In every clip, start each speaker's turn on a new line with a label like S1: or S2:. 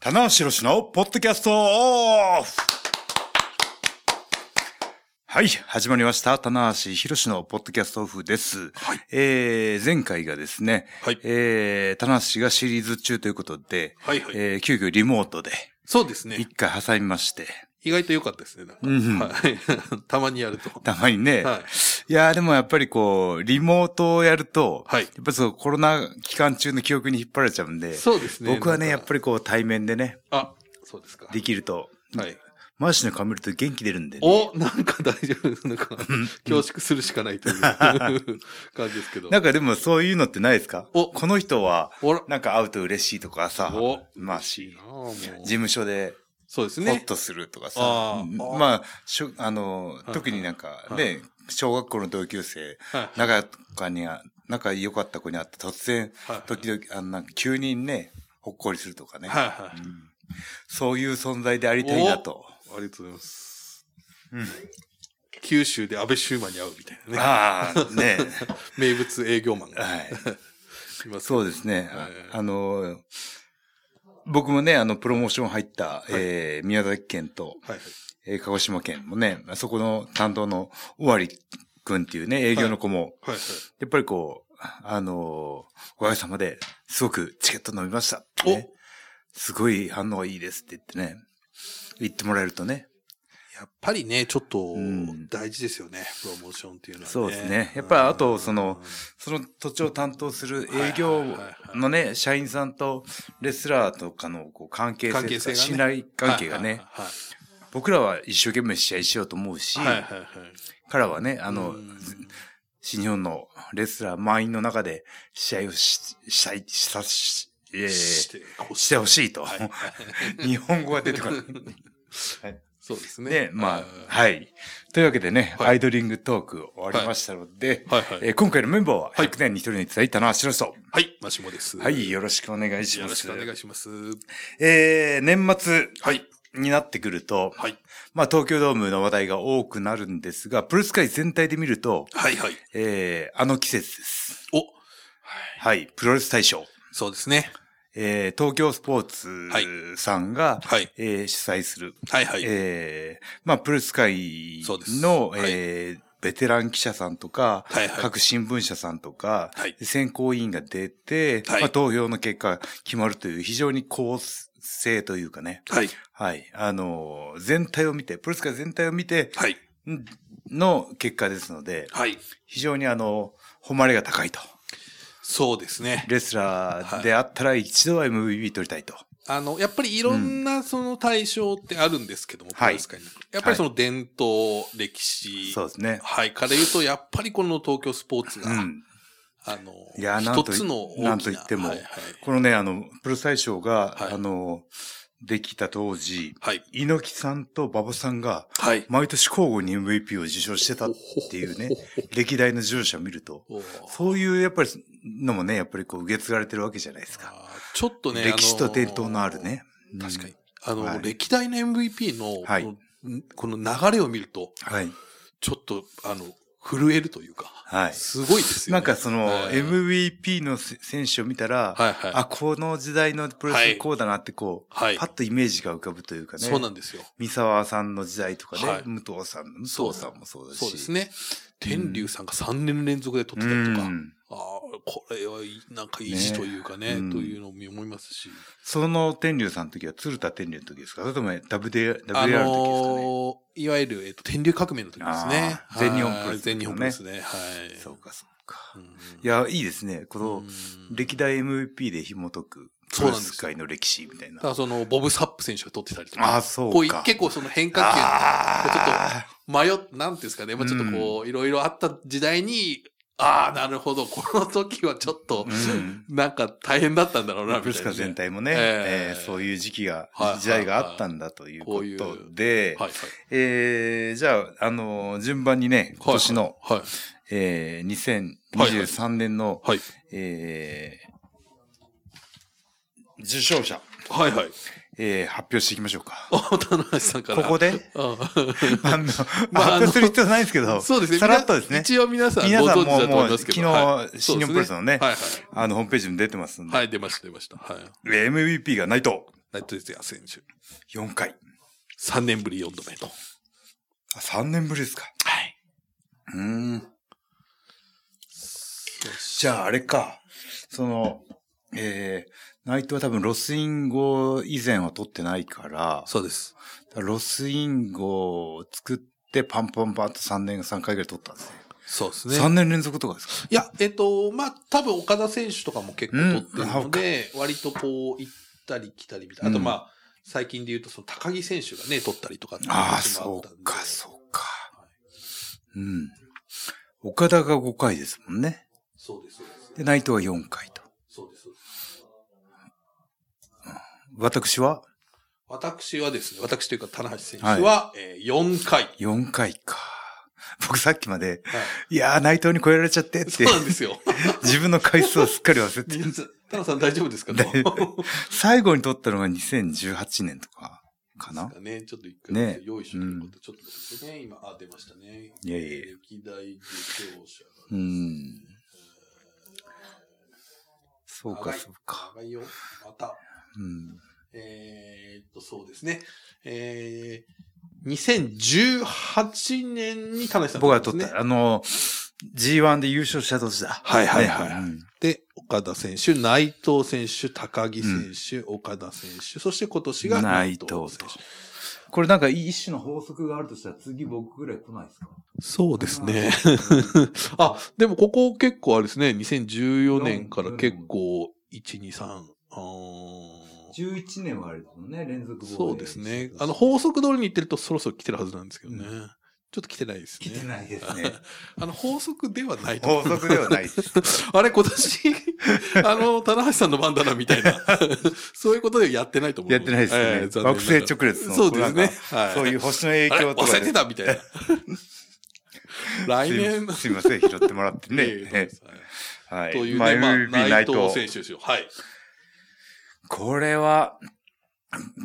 S1: 棚橋宏のポッドキャストオフはい、始まりました。棚橋宏のポッドキャストオフです。
S2: はい
S1: えー、前回がですね、
S2: はい
S1: えー、棚橋がシリーズ中ということで、
S2: はいはい。
S1: えー、急遽リモートで
S2: そうですね。
S1: 一回挟みまして、
S2: 意外と良かったですね。なんか
S1: うんうん
S2: はい、 たまにやると。
S1: たまにね、
S2: は
S1: い、
S2: い。
S1: やーでもやっぱりこう、リモートをやると、
S2: はい。
S1: やっぱりそうコロナ期間中の記憶に引っ張られちゃうんで、
S2: そうですね。
S1: 僕はね、やっぱ
S2: り。
S1: りこう対面でね、
S2: あ、そうですか。
S1: できると、
S2: はい。
S1: マーシーの顔見ると元気出るんで、ね。
S2: お、なんか大丈夫です。なんか、恐縮するしかないという 感じですけど。
S1: なんかでもそういうのってないですか
S2: お
S1: この人は、
S2: おら、
S1: なんか会うと嬉しいとかさ
S2: お、
S1: まあ
S2: いい
S1: し
S2: な、あもう
S1: 事務所で
S2: そうです
S1: ホ
S2: ね
S1: ッ。とするとかさ
S2: あ、
S1: うん
S2: ーあー
S1: まあ、しょあの、特になんか
S2: はいは
S1: ね、小学校の同級生、
S2: はい。
S1: 仲良かにあ、仲良かった子に会って突然、
S2: はい
S1: 時々、あの、なんか急にね、ほっこりするとかね、
S2: はいはい。
S1: うんそういう存在でありたいなと。
S2: ありがとうございます。
S1: うん
S2: 九州で安倍修馬に会うみたいなね。
S1: ああ、ね。
S2: 名物営業マンが
S1: はい。
S2: います。
S1: そうですね。あ
S2: ええ
S1: あの、僕もね、あの、プロモーション入った、
S2: い
S1: えー宮崎県と、
S2: はいはい。
S1: えー鹿児島県もね、そこの担当の尾張くんっていうね、営業の子も、
S2: はいはい。
S1: やっぱりこう、あのおかげさまですごくチケット伸びましたって
S2: お
S1: ね、すごい反応いいですって言ってね、言ってもらえるとね、
S2: やっぱりね、ちょっと
S1: ん
S2: 大事ですよね、プロモーションっていうのはね。
S1: そうですねやっぱあとその
S2: うん、
S1: その土地を担当する営業のね、社員さんとレスラーとかのこう関係性とか
S2: 関係性がね
S1: 信頼関係がね、
S2: は
S1: 僕らは一生懸命試合しようと思うし、
S2: いはいはい。はいはいはい。
S1: 彼らはね、あの、
S2: うん
S1: 新日本のレスラー満員の中で試合をししたい、したし、えー
S2: し
S1: して
S2: ほ
S1: てほ
S2: し
S1: し
S2: い。
S1: いと。
S2: はい
S1: 日本語が出てこ ない。
S2: そうですね。
S1: ね、まあ、
S2: い。
S1: はい。というわけでね、
S2: はい
S1: アイドリングトーク終わりましたので、
S2: はいはい。
S1: えー今回のメンバーは
S2: はい
S1: 100年に一人にいただいたのは白人。
S2: はい、マシモです。
S1: はい、
S2: よ
S1: よろしくお願いしま
S2: ろし
S1: す。
S2: くお願いします。
S1: えー、年末
S2: はい。
S1: になってくると、
S2: はい。
S1: まあ東京ドームの話題が多くなるんですが、プロレス界全体で見ると、
S2: はいはい。
S1: えー、あの季節です。
S2: お
S1: はい、プロレス大賞。
S2: そうですね。
S1: えー、東京スポー
S2: はい
S1: ツさんが、
S2: はい。
S1: えー主催する、
S2: はいはい。
S1: えー、まあ、プロレス界
S2: そうです
S1: の、
S2: はい
S1: えーベテラン記者さんとか、
S2: はいはい
S1: 各新聞社さんとか、
S2: はい
S1: 選考委員が出て、
S2: はい
S1: まあ、投票の結果決まるという非常に構成というかね、
S2: はい。
S1: はい、あのー全体を見て、プロレス界全体を見て
S2: はい。
S1: んの結果ですので、
S2: はい。
S1: 非常にあの、誉れが高いと。
S2: そうですね。
S1: レスラーであったら一度は MVP 取りたいと。
S2: あの、やっぱりいろんなその対象ってあるんですけども、
S1: はい
S2: プロレス界に。やっぱりその伝統、歴史、
S1: そうですね。
S2: はい、から言うと、やっぱりこの東京スポーツ
S1: う
S2: が、
S1: ん。
S2: あの、
S1: いやなん
S2: 一
S1: と
S2: つの大きな、
S1: なんと言っても
S2: はい、はい
S1: このね、あの、プロ最賞が、
S2: はい
S1: あの、できた当時、
S2: はい、
S1: 猪木さんと馬場さんが、
S2: はい。
S1: 毎年交互に MVP を受賞してたっていうね、歴代の受賞者を見ると、
S2: おー
S1: そういうやっぱりのもね、やっぱりこう受け継がれてるわけじゃないですか。
S2: あーちょっとね、
S1: 歴史と伝統のあ
S2: の
S1: る
S2: ー。
S1: ね。うん
S2: 確かに。。あの、
S1: はい
S2: 歴代の MVP の、
S1: はい
S2: このこの流れを見ると、
S1: はい。
S2: ちょっと、あの、震えるというか、
S1: はい。
S2: すごいですよ、
S1: な
S2: ね。
S1: んかその、
S2: はい
S1: MVP のせ選手を見たら、
S2: はいはい。
S1: あ、この時代のプロレスこうだなってこう、
S2: はい
S1: パ。ッとイメージが浮かぶというかね。
S2: そうなんですよ。
S1: 三沢さんの時代とかね、
S2: はい
S1: 武藤さんの、
S2: そう
S1: 武藤さんもそうだし。
S2: そうですね。天竜さんが3年連続で取
S1: う
S2: ってたりとか、
S1: ん。
S2: ああ、これはいいなんか意地というか
S1: ね
S2: ね、
S1: うん
S2: というのも思いますし。
S1: その天竜さんの時は鶴田天竜の時ですかそれとも WD WDR の
S2: あ
S1: 時ですかね。
S2: のーいわゆる、えっと、天竜革命の時ですね
S1: あ。ー全日本プロレス
S2: はい全日本プロレスね。は
S1: そうか、そうか。
S2: い。
S1: いや、いいですね。この、歴
S2: 歴
S1: 代 MVP で紐解く、プ
S2: そう
S1: ロ
S2: な
S1: レ
S2: んですよ
S1: ス界の歴史みたいな。
S2: だからその、ボブ・サップ選手が取ってたりとか。
S1: あ、そうか。
S2: こうい結構その変化
S1: あー
S2: 球、迷っ、なんていうんですかね、まあ、ちょっとこう、いろいろあった時代に、ああ、なるほど、この時はちょっと、
S1: うん
S2: なんか大変だったんだろうな、
S1: プロ
S2: み
S1: レス
S2: たいな
S1: 界
S2: ね。
S1: 全体もね、
S2: え
S1: え
S2: え
S1: ーそういう時期が
S2: はいはいは、い
S1: 時代があったんだというこ
S2: こうい
S1: と
S2: う
S1: で、
S2: はい
S1: えーじゃあ、あのー順番にね、今年の、
S2: はい。はい
S1: えー、
S2: はいはい
S1: 2023年の、
S2: はい。
S1: えー受賞者、
S2: はい はい。
S1: えー発表していきましょうか。
S2: あ、棚橋さんから。
S1: ここで
S2: うん
S1: あの、
S2: まあ
S1: 発表する必要ないんですけど、
S2: そうですね。
S1: さらっとです
S2: みんな
S1: ね、
S2: 一応皆さんご
S1: 皆さん
S2: 存知
S1: も
S2: だと思いますけど。
S1: もう
S2: はい
S1: 昨日新日本プロレスのね
S2: はいは
S1: あの、ホームページにも出てますん
S2: い。
S1: で、
S2: はい、出ました、出ました。はい。
S1: えー MVP が内藤。
S2: 内藤哲也選手。
S1: 4回。
S2: 3年ぶり4度目と。
S1: あ、3年ぶりですか。
S2: はい。
S1: うーん。じゃあ、あれか。その、えー、ナイトは多分ロスインゴ以前は取ってないから、
S2: そうです。
S1: ロスインゴを作ってパンパンパンと3年、3回ぐらい取ったんですね。
S2: そうですね。
S1: 三3年連続とかですか
S2: いや、えっと、まあ、多分岡田選手とかも結構取ってるので、割とこう、行ったり来たりみたいな。あと、
S1: うん
S2: まあ、最近で言うと、その高木選手がね、取ったりとかっていう
S1: ああ、
S2: 話も
S1: そ
S2: ったんで
S1: うか、そうか。うん。岡田が5回ですもんね。
S2: そうです、そうです。
S1: で、内藤は4回と。
S2: そうです、そうです。
S1: 私は
S2: 私はですね、私というか、棚橋選手は、えー4回。はい。
S1: 4回か。僕さっきまで、いやー、内藤に超えられちゃってっ
S2: そ
S1: て
S2: う、な んですよ。
S1: 自分の回数をすっかり忘れて
S2: 皆さんタナさん大丈夫ですか
S1: 大丈夫
S2: で
S1: 最後に撮ったのが2018年とか、か
S2: す
S1: な
S2: かね、ちょっと一回、
S1: ね
S2: 用意しとくこと、ちょっと待ってね、今、あ、出ましたね。
S1: いやいやいや
S2: 歴代受賞者が。
S1: うん。そうか、
S2: 長い
S1: そうか。
S2: 長いよ。また。
S1: うん。
S2: えーっと、そうですね。えー、2018年に田中さん
S1: 僕が
S2: と
S1: 撮
S2: っ
S1: った
S2: んですね
S1: た、あの、G1 で優勝した年だ。
S2: はいはいはいはい
S1: うん
S2: で、岡田選手、内藤選手、高木選手、岡田選手、そして今年が
S1: 内
S2: 内
S1: 藤
S2: 藤
S1: と
S2: 選手。
S1: これなんか一種の法則があるとしたら次僕ぐらい来ないですか
S2: そうですね。 あ、でもここ結構あれですね、2014年から結構、1、2、3、あー
S1: ?11 年はあれですもんね、連続防衛
S2: そうですね。あの、法則通りに行ってるとそろそろ来てるはずなんですけどね。
S1: う
S2: ちょっと来てないです
S1: 来て
S2: ね。
S1: ないですね。
S2: あの、 法則ではないと思
S1: 法
S2: う
S1: 則ではないです。
S2: あれ、今年、あの、棚橋さんの番だな、みた いな。そういうことでやってないと思 う。
S1: やってないですね
S2: ええ残念ながら
S1: 惑星直列の
S2: そうです
S1: なん
S2: ね
S1: か。
S2: はい
S1: そういう星の影
S2: あれ
S1: 響と
S2: 忘
S1: か
S2: れて
S1: で。
S2: た、みたいな。 来年
S1: すいません、すいません拾ってもらって
S2: いえいえ
S1: ね。はい。
S2: という
S1: まあ
S2: ね、まあ、
S1: MVP
S2: 内藤選手ですよ。はい。
S1: これは、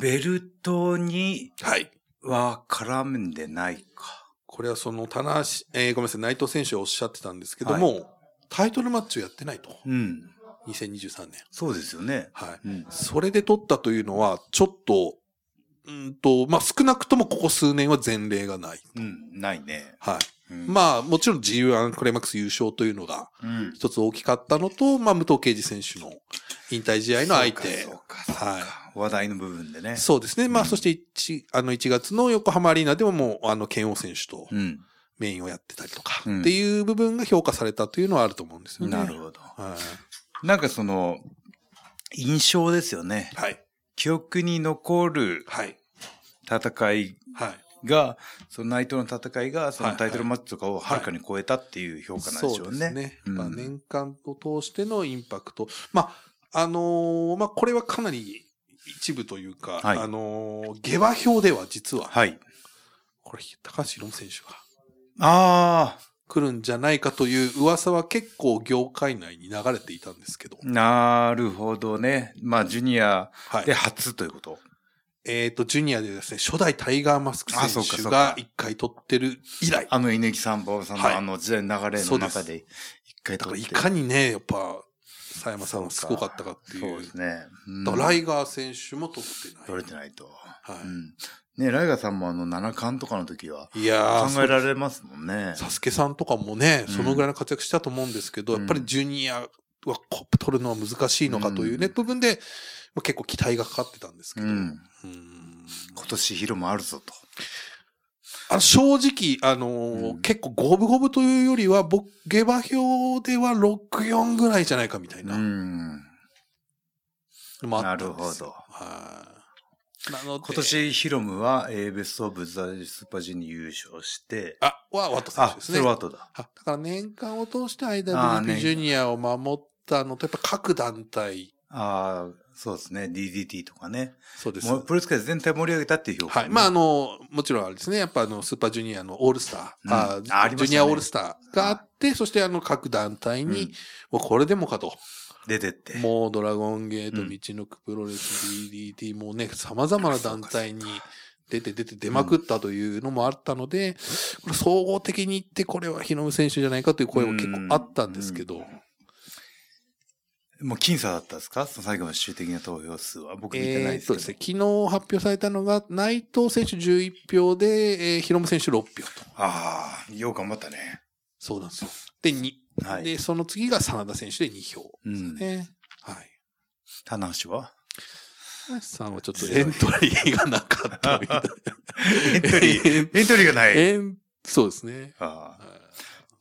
S1: ベルトに
S2: はい。
S1: は絡んでないか。
S2: これはその、棚橋、えーごめんなさい、内藤選手がおっしゃってたんですけども、タイトルマッチをやってないと。
S1: うん。
S2: 2023年。
S1: そうですよね。
S2: はい。
S1: うん。
S2: それで取ったというのは、ちょっと、うーんと、まあ、少なくともここ数年は前例がない。
S1: うん、ないね。
S2: はい。
S1: うん、
S2: まあ、もちろん G1 クライマックス優勝というのが
S1: うん、
S2: 一つ大きかったのと、まあ、武藤敬司選手の引退試合の相手。
S1: そう
S2: そ
S1: か、そうかそうか。話題の部分でね
S2: う。ですね。まあ、そして1、あの、1月の横浜アリーナでももう、あの、剣王選手と
S1: うん。
S2: メインをやってたりとか、
S1: うん
S2: っていう部分が評価されたというのはあると思うんですよね。
S1: なるほど。
S2: はい。
S1: なんかその、印象ですよね。
S2: はい。
S1: 記憶に残る
S2: はい。
S1: 戦い
S2: はい。
S1: が、その内藤の戦いが、そ
S2: は
S1: の
S2: い
S1: タイトルマッチとかをはるかに超えたっていう評価なんでしょうね。
S2: そうですね。
S1: うん
S2: まあ、年間を通してのインパクト。まあ、あのーまあ、これはかなり一部というか、
S1: はい
S2: あのー下馬評では実は、
S1: はい。
S2: これ、高橋宏選手が
S1: あ
S2: 来るんじゃないかという噂は結構業界内に流れていたんですけど、
S1: あ、なるほどね。まあ、ジュニア
S2: はい
S1: で。初ということ。
S2: えっ、と、ジュニアでですね、初代タイガーマスク
S1: あそう
S2: 選
S1: かそう
S2: 手
S1: か
S2: が一回取ってる以来、
S1: あの、稲木三馬さんの
S2: はい
S1: あの時代の流れの中で、一回
S2: だ
S1: 撮
S2: か
S1: っ
S2: ら
S1: て。
S2: いかにね、やっぱ、佐山さんはすごかったかって
S1: そ
S2: いうう。
S1: ですね。うん
S2: だからライガー選手も取ってない。
S1: 取れてないと。
S2: はい
S1: うん。ねライガーさんもあの、七冠とかの時はい
S2: や
S1: 考
S2: ー、
S1: えられますもんね。
S2: サスケさんとかもね、
S1: うん
S2: そのぐらいの活躍したと思うんですけど、
S1: うん
S2: やっぱりジュニアはコップ取るのは難しいのかというね、
S1: うん
S2: 部分で、まあ、結構期待がかかってたんですけ
S1: う
S2: ど、
S1: ん。
S2: うん
S1: 今年ヒロもあるぞと。
S2: あの正直、あのー
S1: うん
S2: 結構五分五分というよりは、僕、下馬評では6-4ぐらいじゃないかみたいうな、
S1: ん。
S2: もあったんですよ
S1: なる
S2: はい。なので、
S1: 今年ヒロムは、えーベストオブザスーパージュに優勝して、
S2: あ、はワト選手
S1: あ、
S2: です
S1: そ
S2: ね。
S1: れは
S2: あ
S1: 後だ。
S2: だから年間を通して
S1: あー年
S2: IWGP
S1: 間
S2: ジュニアを守ったのと、やっぱ各団体、
S1: ああ、そうですね。DDT とかね。
S2: そうです
S1: もうプロレス界全体盛り上げたっていう評価、
S2: はい。まあ、あの、もちろんあれですね、やっぱあの、スーパージュニアのオールスタ
S1: うん
S2: ー、
S1: あありましたね
S2: ジュニアオールスターがあって、そしてあの、各団体に、
S1: うん
S2: もうこれでもかと。
S1: 出てって。
S2: もう、ドラゴンゲート、
S1: うん
S2: 道のくプロレス、DDT、もうね、様々な団体に出て出て出まくったというのもあったので、これ総合的に言って、これは日野選手じゃないかという声も結構あったんですけど、
S1: もう僅差だったんですかその最後の最終的な投票数は。僕見てないで
S2: えー
S1: す
S2: っ
S1: け
S2: と
S1: ど。
S2: ですね、昨日発表されたのが、内藤選手11票で、えー、ヒロム選手6票と。
S1: ああ、よう頑張ったね。
S2: そうなんですよ。で、2。
S1: はい
S2: で、その次が真田選手で2票ですかね。はい。
S1: 棚橋は
S2: 田橋さんはちょっとエントリーがなかったみたい。
S1: エントリー、エントリーがない。
S2: エンそうですね。
S1: ああ
S2: はい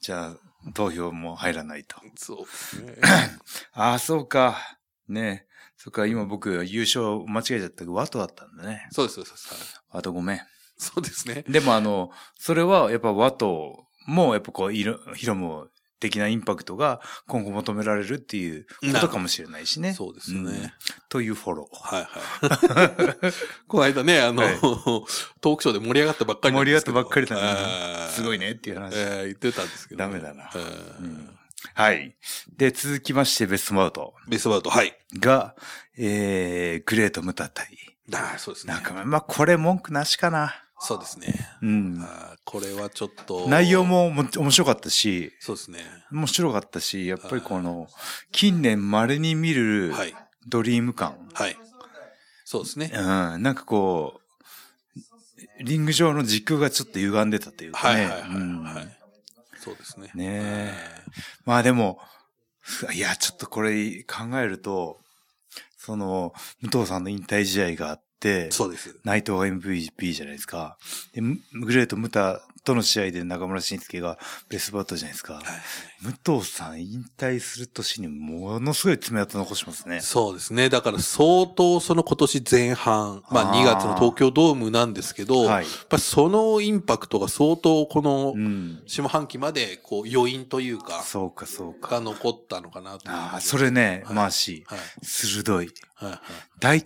S1: じゃあ、投票も入らないと。
S2: そうですね。
S1: ああ、そうか。ねえ。そっか、今僕優勝間違えちゃったけど、ワトだったんだね。
S2: そうです、そうです。はい
S1: ワトごめん。
S2: そうですね。
S1: でもあの、それはやっぱワトも、やっぱこう、いろヒロム的なインパクトが今後求められるっていうことかもしれないしね。
S2: そうですね。
S1: うんというフォロー。
S2: はいはい。この間ね、あの、
S1: はい
S2: トークショーで盛り上がったばっかりなん
S1: 盛
S2: ですけど
S1: り上がったばっかりな
S2: えー
S1: すごいねっていう話。
S2: えー言ってたんですけど、
S1: ダメだな
S2: えー
S1: うんはい。で、続きまして、ベストマウト
S2: ベースバウト、はい。
S1: が、えー、グレートムタ対
S2: ああ、そうですね。
S1: 中村。まあ、これ文句なしかな。
S2: そうですね。
S1: うん。
S2: あーこれはちょっと。
S1: 内容。もも面白かったし、
S2: そうですね。
S1: 面白かったし、やっぱりこの、近年稀に見る
S2: はい。
S1: ドリーム感。
S2: はい。そうですね。
S1: うん、なんかこう、リング上の軸がちょっと歪んでたというか
S2: はい
S1: ね。
S2: はいはい、
S1: うん
S2: はい。そうですね。
S1: ねえ
S2: え
S1: まあでも、いや、ちょっとこれ考えると、その、武藤さんの引退試合があって、
S2: そうです。
S1: 内藤が MVP じゃないですか。で、むグレート・ムタとの試合で中村慎介がベストバットじゃないですか。
S2: はい
S1: 武藤さん引退する年にものすごい爪痕残しますね。
S2: そうですね。だから相当その今年前半、まあ
S1: あー
S2: 2月の東京ドームなんですけど、
S1: はい
S2: やっぱりそのインパクトが相当この
S1: うん。
S2: 下半期までこう余韻というか、
S1: そうか、そうか。
S2: が残ったのかなという。
S1: ああ、それね、
S2: はい
S1: マーシ
S2: はい。
S1: ー、鋭い。
S2: はいはい。
S1: 大、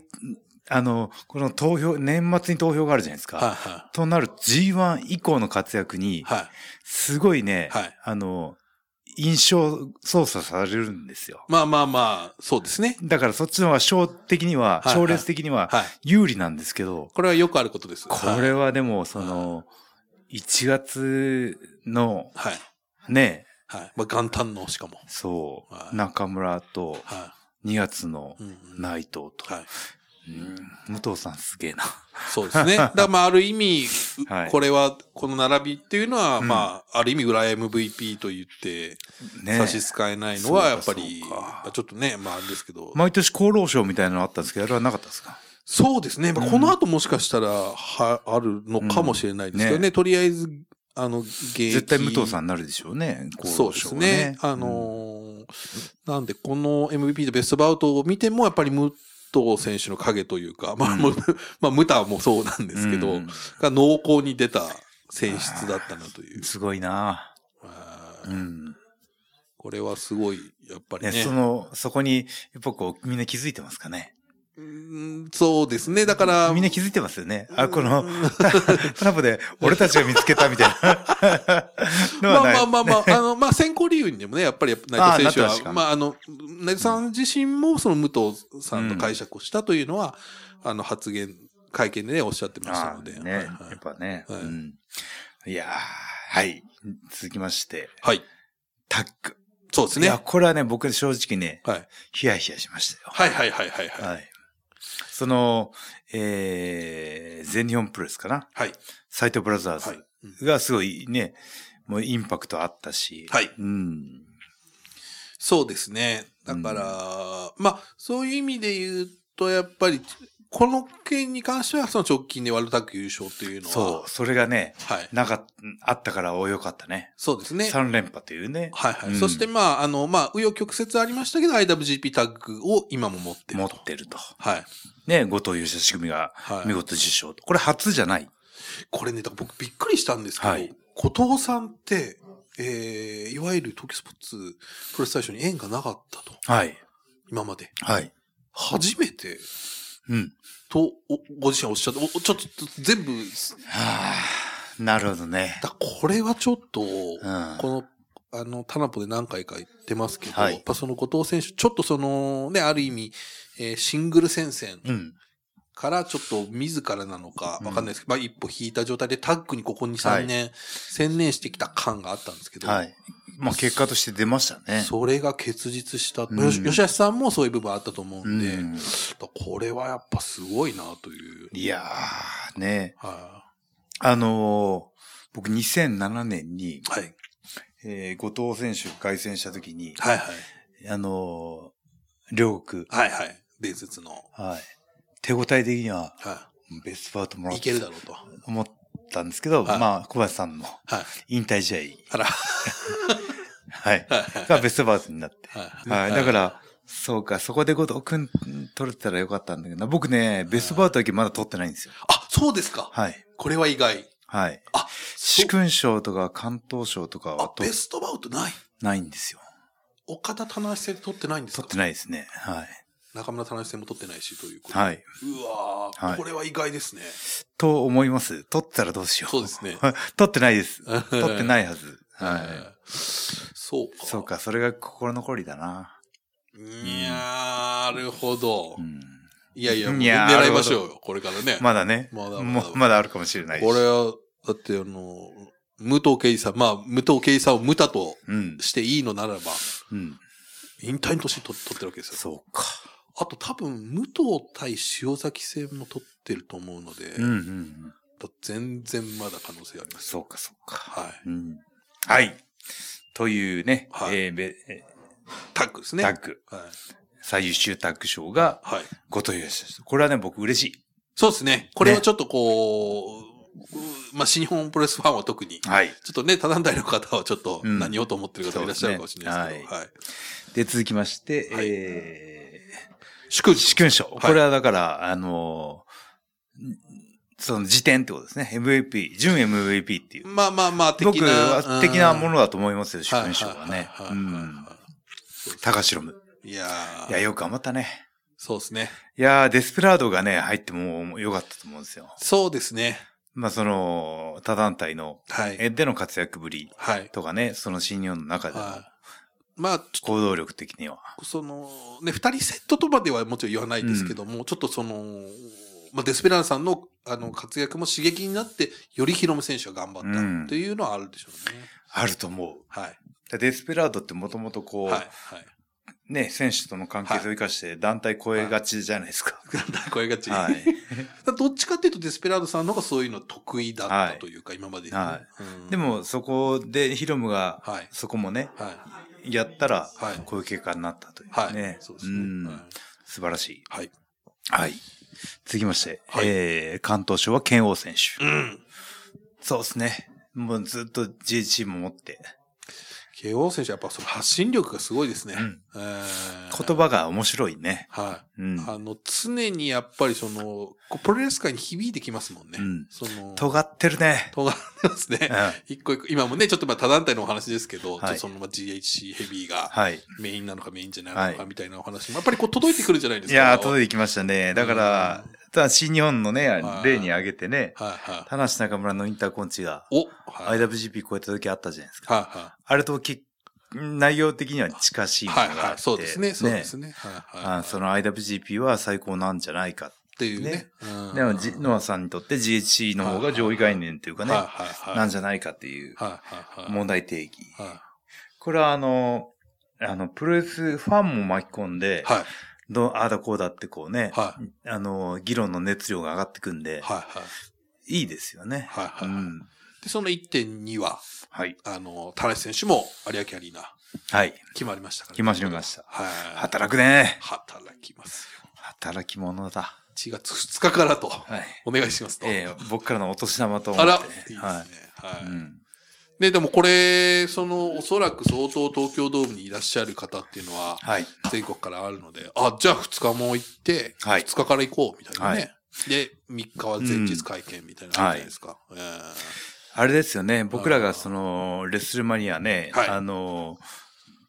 S1: あの、この投票、年末に投票があるじゃないですか。
S2: はいは
S1: となる G1 以降の活躍に
S2: い。、はい。
S1: すごいね、
S2: はい
S1: あの、印象操作されるんですよ。
S2: まあまあまあ、そうですね。
S1: だからそっちの方が賞的には
S2: は、いはい
S1: 賞レース的には
S2: はい。
S1: 有利なんですけど、
S2: これはよくあることです。
S1: これはでも、その、1月の、
S2: はい。
S1: ね、
S2: はい。まあ元旦のしかも。
S1: そ
S2: は
S1: う、
S2: い
S1: 中村と
S2: は
S1: 2月の
S2: い。うんうん
S1: 内藤と、
S2: はい。
S1: うん武藤さんすげえな。
S2: そうです ね。だからまあある意味、
S1: はい
S2: これは、この並びっていうのは、
S1: うん
S2: まあ、ある意味裏 MVP と言って、
S1: ね
S2: 差し支えないのは、
S1: そう
S2: や
S1: か
S2: っぱり
S1: そうか、
S2: ちょっとね、まああれですけど、
S1: 毎年厚労省みたいなのあったんですけど、あれはなかったですか
S2: そうですね。まあ
S1: うん
S2: この後もしかしたら、は、あるのかもしれないですけど
S1: うん
S2: ね。とりあえず、あの、芸
S1: 絶対武藤さ
S2: ん。
S1: んになるでしょうね、厚
S2: そう
S1: 労
S2: で
S1: 省
S2: す
S1: は
S2: ね。あ
S1: うん
S2: のー、なんで、この MVP とベストバウトを見ても、やっぱり武藤選手の影というか、まあ、もう まあ、武田もそうなんですけど、
S1: うん
S2: が濃厚に出た選出だったなという。
S1: すごいな
S2: あ
S1: う
S2: ー
S1: ん。
S2: これはすごい、やっぱり
S1: ね、
S2: ね。
S1: その、そこに、やっぱこう、みんな気づいてますかね。
S2: うーんそうですね。だから、
S1: みんな気づいてますよね。あ、
S2: うん
S1: この、 トラボで、俺たちが見つけたみ たいなの
S2: ま
S1: は
S2: あ
S1: ない。
S2: まあまあまあ、あの、まあ選考理由にでもね、やっぱり
S1: あー
S2: 内
S1: な
S2: 藤選
S1: って
S2: 手
S1: ま
S2: は、
S1: すか
S2: まああの、内藤さん自身もその武藤さんと解釈をしたというのは、あの発言、会見でね、おっしゃってました
S1: あ
S2: ので。
S1: ー
S2: はい
S1: ね、
S2: はい
S1: やっぱね。
S2: はい
S1: うん。いやーはい。続きまして、
S2: はい。
S1: タック。
S2: そうで
S1: い
S2: すね。
S1: や、
S2: はい。
S1: これはね、僕正直ね、
S2: はい
S1: ヒヤヒヤしましたよ。
S2: はいはいはいはい。
S1: はい。その、えー、全日本プロレスかな
S2: はい。
S1: サイトブラザー
S2: はい
S1: ズ。がすごいね、もうインパクトあったし。
S2: はい
S1: うん。
S2: そうですね。だから、まあ、そういう意味で言うと、やっぱり、この件に関しては、その直近でワルタック優勝というのは、
S1: そう、それがね、
S2: はい。
S1: なかっあったからおよかったね。
S2: そうですね。
S1: 3連覇というね、
S2: はいはい。
S1: うん
S2: そして、まあ、あの、まあ、紆余曲折ありましたけど、IWGP タッグを今も持ってる
S1: 持
S2: と。
S1: ってると。
S2: はい。
S1: ね、後藤優勝仕組みが
S2: はい
S1: 見事受賞と。これ初じゃない。
S2: これね、だから僕びっくりしたんですけど、
S1: はい
S2: 後藤さんって、えー、いわゆる時スポーツプロレス最初に縁がなかったと。
S1: はい。
S2: 今まで。
S1: はい。
S2: 初めて、
S1: うん。
S2: と、おご自身はおっしゃって、おちょっと全部、
S1: はあ、なるほどね。
S2: だこれはちょっと、
S1: うん。
S2: この、あの、タナポで何回か言ってますけど、
S1: はい
S2: やっぱその後藤選手、ちょっとその、ね、ある意味、えーシングル戦線
S1: うん。
S2: からちょっと自らなのか、
S1: うん
S2: わかんないですけど、まあ一歩引いた状態でタッグにここに3年、専念してきた感があったんですけど、
S1: はい。まあ結果として出ましたね。
S2: それが結実した。
S1: うん
S2: よし吉橋さんもそういう部分あったと思うんで、
S1: うん
S2: これはやっぱすごいなという。
S1: いやー、ね。
S2: は
S1: あのー僕2007年に、
S2: い。はい。
S1: えー後藤選手凱旋した時に、
S2: はいはい。
S1: あのー両国、
S2: はいはい。伝説の。
S1: はい。手応え的には、
S2: は
S1: ベストパートもら
S2: い。
S1: っ
S2: いけるだろうと。
S1: 思ったんですけど、
S2: はい
S1: まあ、小林さんの
S2: はい。
S1: 引退試
S2: あ
S1: 合、
S2: ら。
S1: はい。
S2: はい
S1: がベストパートになって。
S2: はい
S1: はい。だか、ら、そうか、そこで後藤くん取れてたらよかったんだけどな、僕ね、ベストパートだけまだ取ってないんですよ。
S2: あ、そうですか。
S1: はい。
S2: これは意外。
S1: はい。
S2: あ、
S1: 殊
S2: そう
S1: 勲賞とか関東賞とかは
S2: あ、ベ
S1: 取っ
S2: ストバウトない。
S1: ないんですよ。
S2: 岡田棚橋戦取ってないんです
S1: 取っ
S2: か
S1: てないですね。はい。
S2: 中村棚橋戦も取ってないし、ということで。
S1: はい。
S2: うわー、
S1: はい
S2: これは意外ですね。
S1: と思います。取ってたらどうしよう。
S2: そうですね。
S1: 取ってないです。取
S2: 取
S1: って
S2: い。
S1: ないはず。は
S2: はい。そう
S1: い。
S2: か。
S1: そう。か、それが心残りだな。
S2: いやー、なるほど
S1: う。ん。
S2: いやいや、もう
S1: いやー
S2: 狙いましょうよ、これからね。
S1: まだね。
S2: まだまだ
S1: もうまだあるかもしれないし
S2: これは、だってあの、武藤敬司さん、まあ、武藤敬司さんを無駄と
S1: うん。
S2: していいのならば、
S1: うん。
S2: 引退の年と取ってるわけですよ。
S1: そうか。
S2: あと多分、武藤対塩崎戦も取ってると思うので、
S1: うんうんうん。
S2: 全然まだ可能性あります。
S1: そうか、そうか。
S2: はい。
S1: うん。はい。というね、
S2: はい
S1: えーべえ
S2: タッグです
S1: ー
S2: ね。
S1: タッグ、
S2: はい。
S1: 最優秀タッグ賞が
S2: はい。
S1: 後藤義です。これはね、僕嬉し
S2: そうですね。これはちょっとこう、うまあ、新日本プロレスファンは特に、
S1: い。
S2: ちょ
S1: はい。
S2: っとね、他団体の方はちょっと
S1: うん
S2: 何をと思ってる方いらっしゃるかもしれないですけど、はい。
S1: で、続きまして、
S2: はい
S1: え
S2: 祝
S1: ー、
S2: 辞
S1: 殊勲賞。
S2: い
S1: これはだから、あのーんその時点ってことですね。MVP、準 MVP っていう。
S2: まあまあまあ、的な。
S1: 僕は的なも
S2: の
S1: のだと思いますよ、殊勲賞はね。
S2: はいは
S1: う
S2: いはい
S1: ん。
S2: は
S1: 高城む。
S2: い。いやー
S1: いや、よく頑張ったね。
S2: そうですね。
S1: いやー、デスペラードがね、入っても良かったと思うんですよ。
S2: そうですね。
S1: まあ、その、他団体の、
S2: はい。
S1: えでの活躍ぶり
S2: はい。
S1: とかね、その新日本の中での
S2: はい。まあ、ちょ
S1: 行動力的には。
S2: っとその、ね、二人セットとまではもちろん言わないですけども、ちょっとその、まあ、デスペラードさんのあの活躍も刺激になって、よりヒロム選手が頑張
S1: うん
S2: ったっていうのはあるでしょうね。
S1: あると思う。
S2: はい。
S1: デスペラードってもともとこう、
S2: はい。はい。
S1: ね、選手との関係性を生かして団体超えがちじゃないですか。
S2: 声がち。
S1: はい。
S2: どっちかっていうとデスペラードさんの方がそういうの得意だっ
S1: は
S2: た
S1: い
S2: というか、今までね、
S1: は
S2: う ん
S1: で、も、そこでヒロムが、
S2: はい。
S1: そこもね、
S2: はい。
S1: やったら
S2: はい、
S1: こういう結果になったという
S2: はい。
S1: ね。
S2: そうですね。
S1: ん
S2: はい
S1: 素晴らしい。
S2: はい。
S1: はい。続きまして、
S2: はい
S1: えー、関東賞は剣王選手。
S2: うん。
S1: そうですね。もうずっと GHC も持って、
S2: 慶応選手はやっぱその発信力がすごいですね。
S1: うん
S2: えー
S1: 言葉が面白いね。
S2: は
S1: うん
S2: い。。あの、常にやっぱりその、こうプロレス界に響いてきますもんね。
S1: うん
S2: その、と
S1: 尖ってるね。
S2: がってます
S1: うん
S2: ね。一個一個、今もね、ちょっとまあ他団体のお話ですけど、
S1: はい
S2: ちょっとそのまあ GHC ヘビーが
S1: はい。
S2: メインなのかメインじゃないの
S1: は
S2: か
S1: い
S2: みたいなお話も、やっぱりこう届いてくるじゃないです
S1: い
S2: か。
S1: やー、届
S2: い
S1: いてきましたね。だから
S2: うん、
S1: ただ新日本のね
S2: は、い
S1: 例に挙げてね、
S2: はいはい。
S1: 田無中村のインターコンチが
S2: お、はい。
S1: IWGP 超えた時あったじゃないですか。
S2: は
S1: あれとき内容的には近し
S2: い
S1: いも
S2: は
S1: の
S2: い。
S1: が
S2: は
S1: あ
S2: い
S1: って、
S2: はい。そうですね。そうですね。はいはい。
S1: あその IWGP は最高なんじゃないか。
S2: っていうね
S1: ね。
S2: うん
S1: でも、じノアさんにとって GHC の方が上位概念というかね
S2: はい、はいはい。
S1: なんじゃないかっていう
S2: はいはいはい。
S1: 問題提起。
S2: は
S1: これはあの、あの、プロレスファンも巻き込んで
S2: い。、はい。
S1: どうああだこうだってこうね、
S2: はい。
S1: あの、議論の熱量が上がってくんで、
S2: はい
S1: いいですよね。
S2: はいはいはい
S1: うん
S2: で、その1.2は、
S1: はい。
S2: あの、田中選手も有明アリーナ、
S1: はい。
S2: 決まりましたから、
S1: 決まりました
S2: はい。
S1: 働くね。
S2: 働きますよ。
S1: 働き者だ。
S2: 1月2日からと、
S1: はい。
S2: お願いしますと。
S1: ええ僕からのお年玉と思っ
S2: あ
S1: て。
S2: ら、いいですね。
S1: は。
S2: はいい。
S1: うん。
S2: で、でもこれ、その、おそらく相当東京ドームにいらっしゃる方っていうのは、
S1: はい。
S2: 全国からあるので、あ、じゃあ2日も行って、
S1: はい
S2: 2日から行こうみたいなね。
S1: は
S2: で、3日は前日会見みたいなのあるじゃないですか。え
S1: あれですよね。僕らがその、レッスルマニアね、
S2: はい
S1: あの、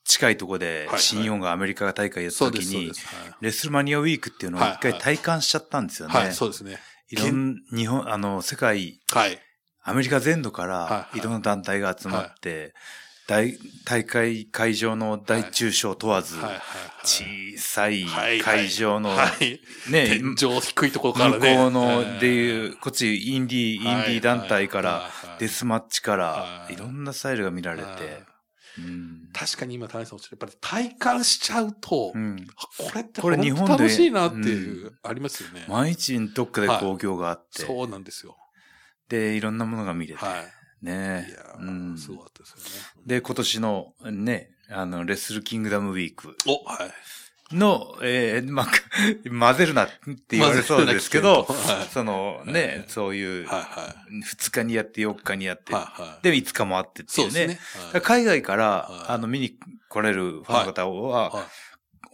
S1: 近いとこで
S2: はい、
S1: 新日本がアメリカ大会や
S2: ー
S1: った
S2: そう
S1: 時
S2: です、そう
S1: に
S2: で、す。は
S1: レッスルマニアウィークっていうのを一
S2: はいは
S1: 回
S2: い
S1: 体感しちゃったんですよね。
S2: い、はい、そうですね。
S1: いろん、日本、あの、世界、
S2: はい。
S1: アメリカ全土か
S2: は
S1: ら
S2: いはい
S1: いろんな団体が集まって、大大会会場の大中小問わず、
S2: はい、はい、
S1: 小さい
S2: はい。
S1: 会場の、
S2: はい。
S1: ね、
S2: 天井低いところから
S1: 向
S2: ね。
S1: こうの、で
S2: う、
S1: いう、こっちインディー、インディー団体から、デ
S2: す
S1: スマッチから
S2: は、い
S1: いろんなスタイルが見ら
S2: ら
S1: れて、うん
S2: 確かに今、谷さんおっしゃる、やっぱり体感しちゃうと、
S1: うん
S2: あこれって
S1: これ
S2: 本
S1: 日本
S2: 当
S1: で
S2: 楽しいなっていう、
S1: う
S2: ありますよね。
S1: 毎日どっかで興行があって、
S2: そうなんですよ。
S1: で、いろんなものが見れて、
S2: は
S1: ね
S2: い。いやー、
S1: うん
S2: すごかったですよね。
S1: で、今年のね、あの、レッスルキングダムウィーク
S2: お、はい。
S1: の、えー、まあ、混 ぜるなって言われそうですけど
S2: 混ぜるな危険とはい、
S1: その
S2: はい
S1: ね、そういう、
S2: はいは
S1: 2日にやって4日にやっ
S2: い。
S1: て、
S2: はいはい。
S1: で、5日もあってって
S2: そう
S1: い
S2: で
S1: う
S2: す
S1: ね。
S2: ね。
S1: だ
S2: は
S1: から海外から、
S2: はい
S1: あの、見に来れるファンの方は、
S2: は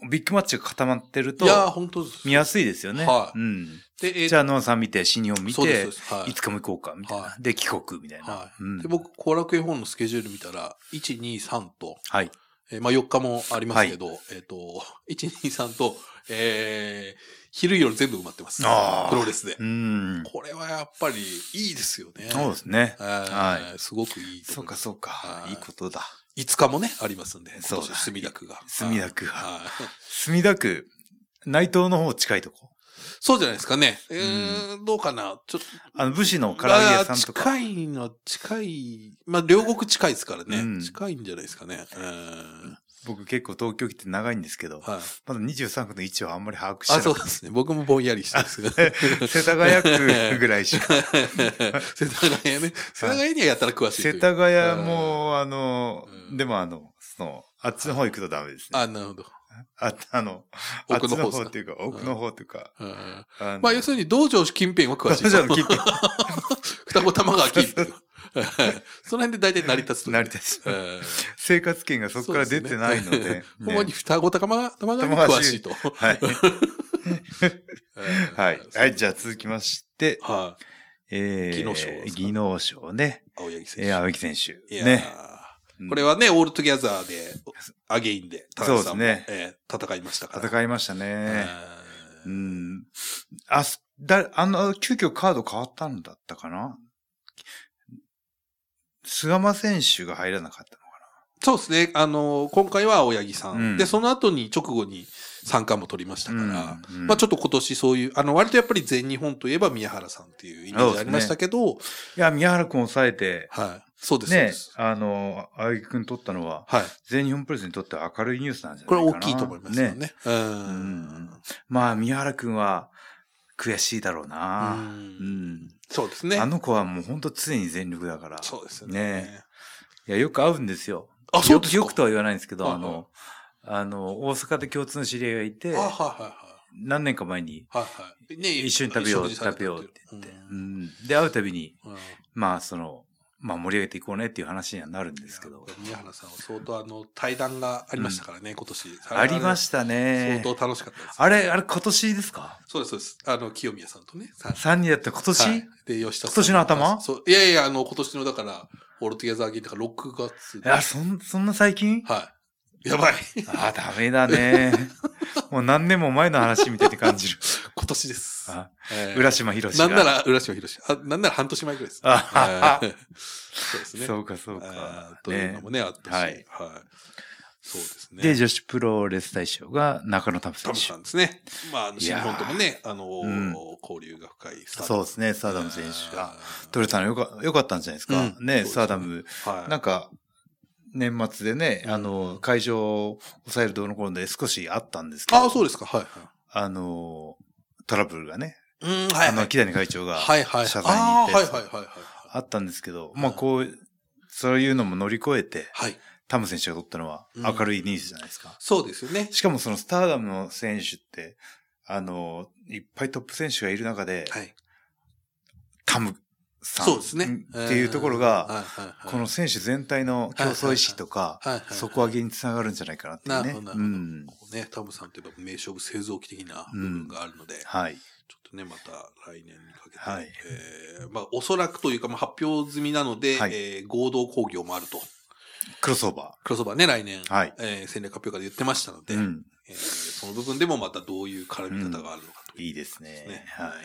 S1: ビッグマッチが固まってる
S2: い
S1: と
S2: い、やー、本当です。
S1: 見やすいですよね。
S2: はい
S1: うん。
S2: で、えー
S1: じゃあ、ノアさん見て、新日本見
S2: そうで
S1: て
S2: すそうで、すはい
S1: 5日も行こうか、みたい
S2: は
S1: な。で、帰国、みたい
S2: は。
S1: ないうん
S2: で僕、後楽園ホールのスケジュール見たら、1、2、3と、
S1: はい。
S2: えーまあ4日もありますけど、えっ、と、1、2、3と、えー、昼夜全部埋まってます。
S1: あー
S2: プロレスで
S1: う。ん。
S2: これはやっぱりいいですよね。
S1: そうですね。
S2: は。
S1: はい
S2: すごくいいと
S1: そ
S2: 思
S1: う
S2: いま
S1: か、
S2: す。
S1: そうか
S2: は。い
S1: いいことだ。
S2: 5日もね、ありますんで、
S1: そう
S2: 今
S1: だ
S2: 年、墨田区が。
S1: 墨田区は。
S2: はい。はい
S1: 墨田区、内藤の方近いとこ。
S2: そうじゃないですかね。えー、どうかな。ちょっと、
S1: あの、武士の唐揚げ屋さんと
S2: まあ
S1: か。
S2: 近いのは近い。まあ、両国近いですからね。
S1: うん
S2: 近いんじゃないですかね。うん。
S1: 僕結構東京来て長いんですけど、
S2: はい。
S1: まだ23区の位置はあんまり把握して
S2: あ、
S1: な
S2: そう
S1: く
S2: ですね。僕もぼんやりしてますけど。
S1: て、 世田谷区ぐらいしか。
S2: 世田 谷ね。世田谷にはやったら詳しいとい
S1: 世
S2: う。
S1: 田谷も、あの
S2: う、ん
S1: でもあの、その、あっちの方行くとダメですね。
S2: あ、なるほど。
S1: あ、あの、あっ
S2: 奥
S1: ちの
S2: の方です
S1: 方
S2: か
S1: っていうか、奥の方っていうか、
S2: うん
S1: あ
S2: まあ、要するに、道場近辺 は詳しい。
S1: じゃあ、キッキ
S2: 双子玉川近辺。 その辺で大体成り立つと
S1: ー、
S2: いう。
S1: 成り立
S2: う
S1: つ。
S2: ん
S1: 生活圏がそこから出てないの
S2: そうすね
S1: で。
S2: 主に
S1: ね
S2: 双子玉川に詳しいと。
S1: はい。
S2: うん
S1: はい。はい。じゃあ、続きまして、
S2: はい。
S1: えー、
S2: 技能賞ですか
S1: 技能賞ね。
S2: 青柳選
S1: え
S2: 手。
S1: ー、青木選手。
S2: いやー
S1: ね。
S2: これはね、オールトギャザーで、アゲインで、田中さんも
S1: そうです
S2: えー戦いましたから。
S1: 戦いましたね。う
S2: うん
S1: ん。あす、だ、あの、急遽カード変わったんだったかな菅間選手が入らなかった
S2: そうですね。あの、今回は青柳さん。
S1: うん
S2: で、その後に直後に参加も取りましたから、
S1: のかな。うん
S2: まあちょっと今年そういう、あの、割とやっぱり全日本といえば宮原さんっていうイメージありましたけど、
S1: いや、宮原君抑えて、
S2: はい。そうです、そう
S1: ね
S2: で、す。
S1: あの、青木君取ったのは、
S2: はい。
S1: 全日本プロレスにとっては明るいニュースなんじゃ
S2: こ
S1: な
S2: れ
S1: いか
S2: は
S1: な。
S2: 大きいと思いますよね。。う
S1: うんん。まあ、宮原君は悔しいだろう
S2: う
S1: な。うんん。
S2: そうですね
S1: あ。の子はもう本当常に全力だから。
S2: そうですよね。
S1: ねいや、よく会うんですよ。
S2: あ、そうですか
S1: よくよくとは言わないんですけど、
S2: はいは
S1: あ
S2: い
S1: の、あの、大阪で共通の知り合いがいて
S2: あ、はいはいはい。
S1: 何年か前に
S2: はいはい。ね、
S1: 一緒に食べよう、
S2: 一緒に
S1: 食べようって言って、
S2: う
S1: うんん。で、会うたびに、
S2: うん
S1: まあ、その、まあ、盛り上げていこうねっていう話にはなるんですけど。
S2: 宮原さんは相当あの、対談がありましたからね、今年。
S1: ありました
S2: 相
S1: ね。
S2: 当楽しかったです。
S1: あれ、あれ、今年ですか
S2: そうです、そうです。あの、清宮さんとね。さ
S1: ?3 人だったら今年、
S2: はいで、吉田さん。
S1: 今年の頭
S2: そう。いやいや、あの、今年の、だから、オールトゥギャザーゲームだから6月
S1: いや、そん、そんな最 近
S2: はい。やばい。
S1: ああ、ダメだね。もう何年も前の話みたいに感じる。
S2: 今年です。
S1: あ
S2: えー
S1: 浦島博士
S2: な
S1: が。
S2: んなら、浦島博士。あ、なんなら半年前くらいです。
S1: あはは
S2: えーそうですね。
S1: そうか、そう
S2: あ
S1: か
S2: ー。というのもね、あったし。は
S1: はいい。
S2: そうですね。
S1: で、女子プロレス大賞が中野タム選
S2: タム
S1: 手
S2: さ。んですね。まああの、
S1: い
S2: 新
S1: やー
S2: 日本ともね、あのー、
S1: うん
S2: 交流が深いスタ
S1: そう
S2: う
S1: ですね、サーダム選手が。取れたのよかよかったんじゃないですか。
S2: うん
S1: ね、
S2: そうですね
S1: サーダム。
S2: はい。
S1: なんか、年末でね、あの、会場を抑えるどうの頃で少しあったんですけど、
S2: ああ、そうですか。はいは
S1: あの、トラブルがね、
S2: い。うん、はい
S1: あ
S2: は
S1: の、
S2: い。
S1: 木谷会長が
S2: はいはい。
S1: 謝罪に行っ
S2: ああー、
S1: て
S2: はいはいはいはい。
S1: あったんですけど、まあこう、そういうのも乗り越えて、
S2: はい。
S1: タム選手が取ったのは明るいニュースじゃないですか。
S2: そうですよね。
S1: しかもそのスターダムの選手って、あの、いっぱいトップ選手がいる中で、
S2: はい。
S1: タムさん
S2: そうですね。
S1: っていうところが、
S2: はいはいはい
S1: この、選手全体の競争意識とか、
S2: はいはいはい
S1: 底上げにつながるんじゃないかなっていう
S2: なる
S1: ね。
S2: ほどなる
S1: う
S2: ほど
S1: ん。
S2: こうね、タムさんといえば名勝負製造機的な部分があるので、ちょ
S1: はい。
S2: っとね、また来年にかけて、
S1: はい
S2: えーまあ、おそらくというか、まあ、発表済みなので、
S1: はい
S2: えー合同工業もあると。
S1: クロスオーバ
S2: クロスオーバーね、来年、
S1: はい
S2: えー戦略発表会で言ってましたので、
S1: ー。うん。
S2: えーその部分でもまたどういう絡み方があるのかという、
S1: いいですね。
S2: は
S1: はいい。。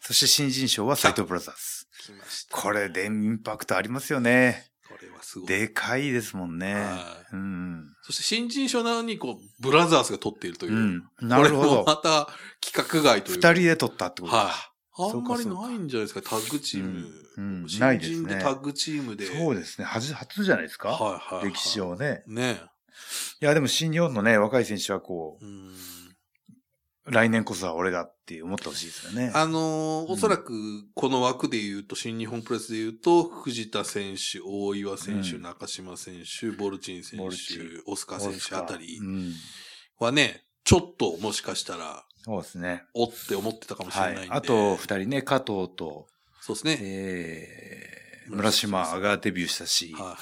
S1: そして新人賞は斎藤ブラザーズ。
S2: 来ました。
S1: これでインパクトありますよね。
S2: これはすごい。
S1: でかいですもんね。
S2: は
S1: う
S2: い
S1: ん。
S2: そして新人賞なのに、こう、ブラザーズが取っているというう。
S1: ん。なるほ
S2: これも
S1: ど。
S2: また、企画外という
S1: 二
S2: か。
S1: 人で取ったってこと
S2: はい、
S1: か。
S2: あんまり
S1: そうか
S2: ないんじゃないですか、タッグチーム。
S1: うん、
S2: 新
S1: ないです
S2: 人
S1: ね
S2: で。タッグチームで。
S1: そうですね。初、初じゃないですか、
S2: はいはいはい。
S1: 歴史。をね。
S2: ね
S1: いや、でも新日本のね、若い選手はこ
S2: え。うん
S1: う、来年こそは俺だって思ってほしいですよね。
S2: あのー
S1: うん
S2: おそらく、この枠で言うと、新日本プレスで言うと、藤田選手、大岩選手、
S1: うん
S2: 中島選手、ボルチン選
S1: ボルチ
S2: 手、オスカー選手あたり
S1: うん。
S2: はね、ちょっともしかしたら、
S1: そうですね。
S2: おって思ってたかもしれな
S1: はい
S2: んで。
S1: い。あと、二人ね、加藤と、
S2: そうですね。
S1: えー、
S2: 村
S1: 村
S2: 島
S1: 島がデビューしたし、
S2: はいは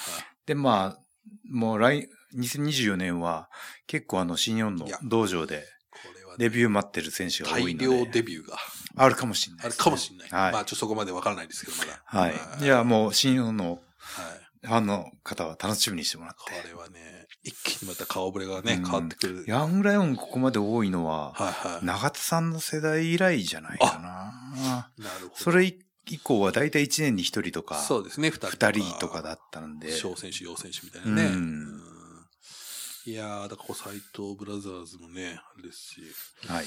S1: で、まあ、もう来、2024年は結構あの、新日本の
S2: いや
S1: 道場で
S2: い。これはね、
S1: デビュー待ってる選手が多い
S2: 大
S1: ので。
S2: 量デビューが
S1: あるかもしれないで
S2: ある
S1: すね、
S2: かもしれない。
S1: はい。
S2: まあ、ちょっとそこまでわからないですけど、まだ。
S1: はい。いや、もう、新日本の
S2: はい。
S1: ファンの方は楽しみにしてもらっ
S2: こ
S1: て。
S2: れはね、一気にまた顔ぶれがね、
S1: うん
S2: 変わってくる。
S1: ヤングライオンここまで多いのは、
S2: はいはい。な
S1: 長田さんの世代以来じゃないかな。
S2: るほど。
S1: それ以降は大体1年に1人とか、
S2: そうですね、二人とか。
S1: 2人とかだったんで。
S2: 小選手、陽選手みたいなね。
S1: うん
S2: うんいやー、だから斎藤ブラザーズもね、あれですし、
S1: はい。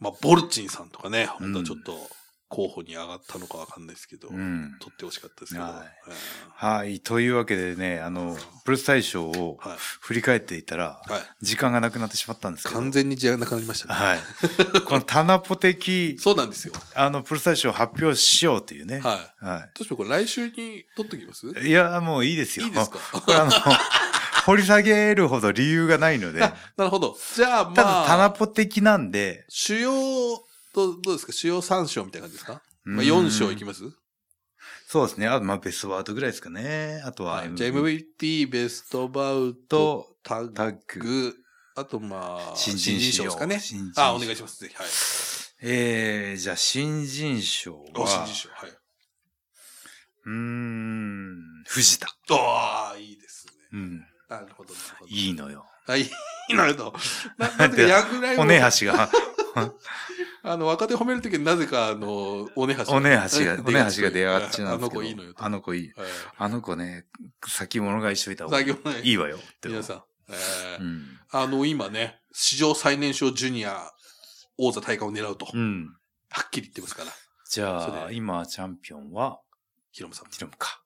S2: まあ、ボルチンさんとかね、
S1: うん
S2: 本当はちょっと候補に上がったのかわかんないですけど、
S1: うん。
S2: 取ってほしかったですけど。
S1: はい
S2: うん
S1: はい。というわけでね、あの、プロレス大賞を
S2: はい。
S1: 振り返っていたら、
S2: はい。
S1: 時間がなくなってしまったんですけど。
S2: 完全に時間なくなりましたね。
S1: はい。このタナポ的、
S2: そうなんですよ。
S1: あの、プロレス大賞を発表しようというね。
S2: はい。
S1: は
S2: どうしよう、これ来週に取っときますい
S1: い。いや、もういいですよ。
S2: いですか
S1: こ れあの、掘り下げるほど理由がない ので、た
S2: なるほど。じゃあ、まあ。
S1: だタナポ的なんで、
S2: 主要、どどうですか主要3章みたいな感じですか、まあ、
S1: うん
S2: ?4 章いきます
S1: そうですね。あと、まあ、ベストワードぐらいですかね。あとは
S2: はい。じゃあ MVP、ベストバウト、
S1: と
S2: タッグ、
S1: タッグ、
S2: あとまあ、
S1: 新人賞
S2: ですかね。
S1: 新人賞
S2: あ、お願いします。ぜひ。はい。
S1: えー、じゃあ、新人賞
S2: お新
S1: は
S2: 人、賞。はい。
S1: うーん、藤田。
S2: ああ、いいですね。
S1: うん、
S2: なるほど、なるほど。
S1: いいのよ。
S2: あ、いい、なるほど。な、なんで、やぐらいも
S1: 骨橋 が、
S2: あの、若手褒めるときになぜか、あの、おねはし。
S1: 骨橋が、骨橋が出上がっち
S2: う
S1: な
S2: あ
S1: んですけど。
S2: の子いいのよと。
S1: あの子いい。
S2: はい
S1: あの子ね、先物買いしといた方が
S2: 先
S1: い
S2: ほどね
S1: いわよ。って
S2: 皆さん。えー
S1: うん。
S2: あの、今ね、史上最年少ジュニア王座大会を狙うと、
S1: う
S2: は
S1: ん。
S2: っきり言ってますから、
S1: じ
S2: そ
S1: ゃあ、
S2: れ
S1: 今、チャンピオンは、
S2: ヒロムさん。
S1: ヒロムか。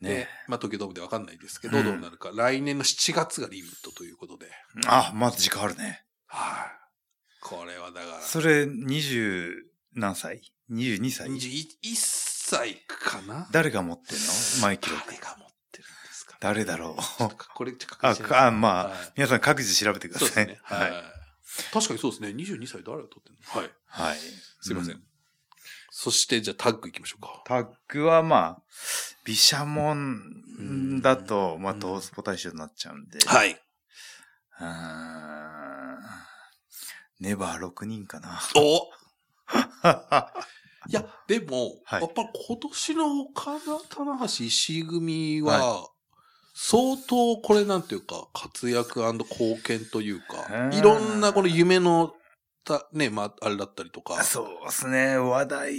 S2: で
S1: ね。
S2: まあ、東京ドームでわかんないですけど、
S1: うん
S2: どうなるか。来年の7月がリミットということで。
S1: あ、まだ時間あるね。
S2: はい、これはだから、
S1: それ、二十何歳 ?22 歳
S2: 21歳かな
S1: 誰が持ってんのマイ記録。
S2: 誰が持ってるんですか、
S1: 誰だろう
S2: ちょっとこれ、ちょっと 確認
S1: あ
S2: し、ない
S1: かあまあ、
S2: はい
S1: 皆さん各自調べてくだ
S2: そうで
S1: さ
S2: す
S1: い。
S2: ね。は。
S1: はいい。
S2: 確かにそうですね。22歳誰が取ってんのはい。
S1: はい。
S2: すいません。
S1: う
S2: そして、じゃあタッグ行きましょうか。
S1: タッグはまあ、毘沙門だと、まあ、東スポ大賞になっちゃうんで。い。
S2: はい。
S1: ネバー6人かな。
S2: お いや、でも、
S1: はい
S2: やっぱ今年の岡田、棚橋、石井組は、相当これなんていうか、活躍貢献というか、
S1: うん
S2: いろんなこの夢の、たね、まあ、あれだったりとか、
S1: そうですね。話題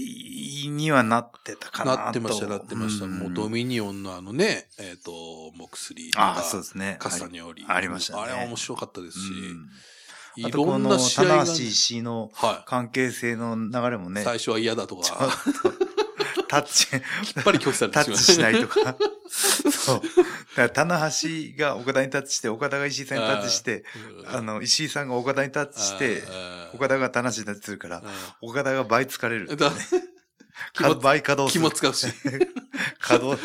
S1: にはなってたかなと。
S2: なってました、なってました。
S1: ん
S2: もうドミニオンのあのね、えっ、と、モクスリーと
S1: あ
S2: か
S1: あ、、そうですね。
S2: カスタニオリ。
S1: ありましたね
S2: あれは面白かったですし、
S1: うん、
S2: い
S1: あと
S2: ろ
S1: こ
S2: ん
S1: の、
S2: な試合が
S1: 棚
S2: ね、
S1: 橋石井の
S2: は
S1: 関係性の流れも
S2: い、
S1: ね、
S2: 最初は嫌だと
S1: ちょ
S2: か、や
S1: っと、タッチ、
S2: っぱり拒否され
S1: タッ
S2: てしま
S1: チ
S2: う
S1: しないとか。そう。だから、棚橋が岡田にタッチして、岡田が石井さんにタッチして、あ
S2: うん
S1: の、石井さんが岡田にタッチして、
S2: あー
S1: 岡田が棚橋にタッチするから、
S2: うん
S1: 岡田が倍疲れる
S2: えっ。と、気
S1: か
S2: も
S1: 倍稼働す
S2: 気
S1: る
S2: も。使 うし。
S1: 稼働、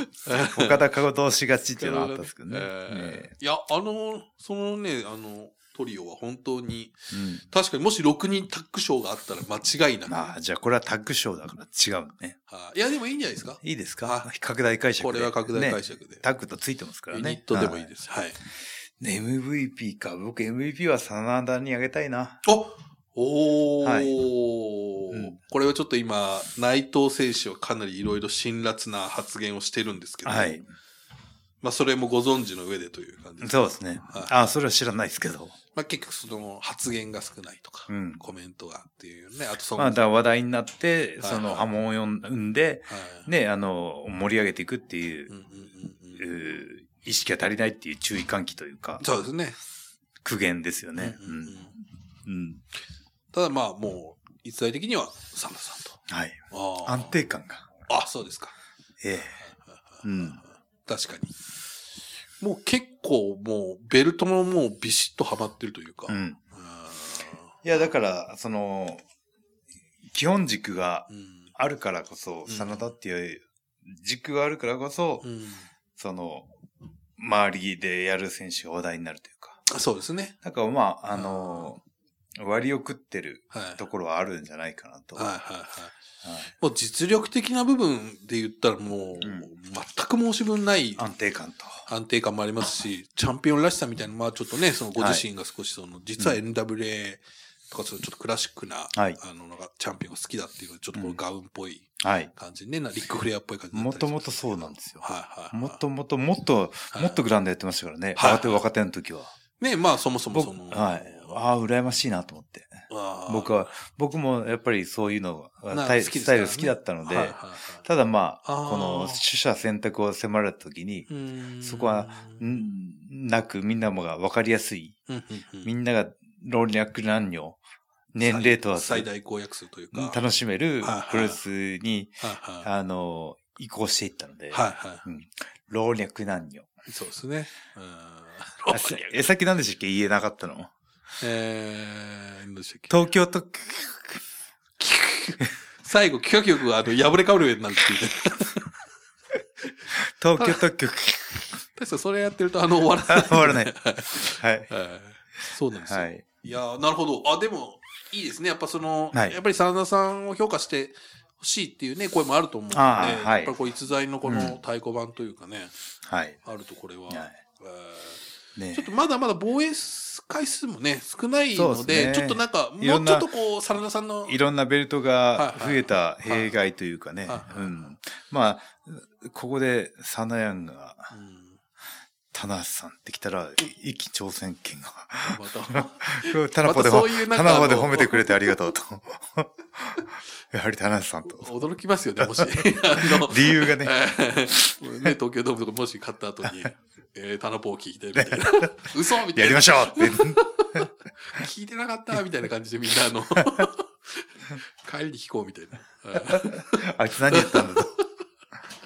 S1: 岡田稼働しがちっていうのはあったんですけ どね。
S2: え
S1: ね
S2: ーいや、あの、そのね、あの、トリオは本当に、
S1: うん
S2: 確かにもし6人タッグ賞があったら間違いなく。
S1: まあ、じゃあこれはタッグ賞だから違うね。
S2: はいいや、でもいいんじゃないですか。
S1: いいですか拡大解釈
S2: こ
S1: で。
S2: れは拡大
S1: ね。
S2: 解釈で。
S1: タッグとついてますから
S2: ユ
S1: ね。
S2: ニットでもいい
S1: は
S2: です。はい。
S1: ね MVP か。僕 MVP は真田にあげたいな。
S2: おおー、
S1: はいうん
S2: これはちょっと今、内藤選手はかなりいろいろ辛辣な発言をしてるんですけど、
S1: はい。
S2: まあそれもご存知の上でという感じです
S1: そうですね。
S2: はい
S1: あ、それは知らないですけど。
S2: まあ結局その発言が少ないとか、
S1: うん
S2: コメントがっていうね、あとその、
S1: まあ、だから話題になって、
S2: はい
S1: その波紋を呼ん生んで、
S2: はい
S1: ね、あの、盛り上げていくっていう
S2: う、んうん
S1: う
S2: うんうん
S1: ー意識が足りないっていう注意喚起というか、
S2: そうですね。
S1: 苦言ですよね。
S2: うんうんうん
S1: うん。うん
S2: ただまあもう、一体的には、サムさんと。
S1: はい。
S2: あー
S1: 安定感が。
S2: あ、そうですか。
S1: ええ。うん。
S2: 確かに。もう結構もうベルトももうビシッとはまってるというか。
S1: う
S2: うん
S1: ん。いや、だから、その、基本軸が
S2: うん
S1: あるからこそ、
S2: ん
S1: 真田っていう軸があるからこそ、
S2: うん
S1: その、周りでやる選手が話題になるというか。
S2: そうですね。
S1: なんかまあ、あの、割を食ってる
S2: はい。
S1: ところはあるんじゃないかなと。
S2: はいはい
S1: は
S2: はい。
S1: い
S2: もう実力的な部分で言ったらもう、
S1: うん
S2: 全く申し分ない
S1: 安定感と。
S2: 安定感もありますし、チャンピオンらしさみたいな、まあちょっとね、そのご自身が少しその、実は NWA とかそういうちょっとクラシックな、
S1: はい
S2: あの、なんかチャンピオンが好きだっていうのはちょっとこ
S1: う
S2: の
S1: ん
S2: ガウンっぽい
S1: はい。
S2: 感じね、なリックフレアっぽい感じだった
S1: も
S2: りし
S1: と
S2: ます
S1: もとそうなんですよ。
S2: はいはいはい。
S1: もともと、もっと、
S2: はい
S1: もっとグラウンドやってましたからね。
S2: はい
S1: 若手若手の時は。
S2: ね、まあそもそも
S1: 僕、
S2: その、
S1: はい。ああ、羨ましいなと思って。
S2: あー
S1: 僕は、僕もやっぱりそういうの
S2: な
S1: が、タイ
S2: 好きです
S1: ス
S2: か
S1: タ
S2: ら
S1: イ
S2: ね
S1: ル好きだったので、
S2: はいはいはい
S1: ただまあ、
S2: あー
S1: この取捨選択を迫られた時に
S2: う、ーん
S1: そこは、んなくみんなもが分かりやすい。
S2: うんうんうん
S1: みんなが老若男女、年齢問わず
S2: 最、大公約数というか。
S1: 楽しめる
S2: はいはい
S1: プロレスに、
S2: はいはい
S1: あの、移行していったので、
S2: はいは
S1: 老若男女。
S2: い。そうですね。うん
S1: あさえ、さっき何でしたっけ言えなかったの
S2: えー、どうでしたっけ
S1: 東京と、
S2: 最後、企画局があの破れかぶるようになるっていう。
S1: 東京特許、
S2: 確かそれやってると、あの、終わらない。
S1: あ 終わらない。 はい。
S2: えーそうなんですよ。、
S1: はいい。
S2: やーなるほど。あ、でも、いいですね。やっぱその、
S1: はい
S2: やっぱり真田さんを評価してほしいっていうね、声もあると思うんで、
S1: あーはい
S2: やっぱりこう、逸材のこ
S1: うん
S2: の太鼓判というかね、
S1: はい。
S2: あるとこれは。
S1: はい
S2: えー
S1: ね
S2: ちょっとまだまだ防衛回数もね、少ないの
S1: そう
S2: で、
S1: ですね
S2: ちょっとなんか、もう
S1: い
S2: ちょ
S1: ろんな
S2: っとこう、真田さんの
S1: いろんなベルトが増えた弊害というかね
S2: はい。は
S1: う
S2: い
S1: ん。まあ、ここでサナヤンが、
S2: うん
S1: 田無さんってきたら、一気挑戦権が。
S2: また、
S1: 田中で、
S2: またそういうなん
S1: 田
S2: か
S1: 中で
S2: あの
S1: 褒めてくれてありがとう と。やはり田無さんと。
S2: 驚きますよね、も し。あの
S1: 理由 がね。
S2: えーね、東京ドームとかもし勝った後に、えー、タナポを聞いてみたいな。 嘘みた
S1: や
S2: い
S1: り
S2: な
S1: ま。しょうって。
S2: 聞いてなかったみたいな感じでみん なあの、帰りに聞こうみたいな。
S1: あいつ何言ったんだと。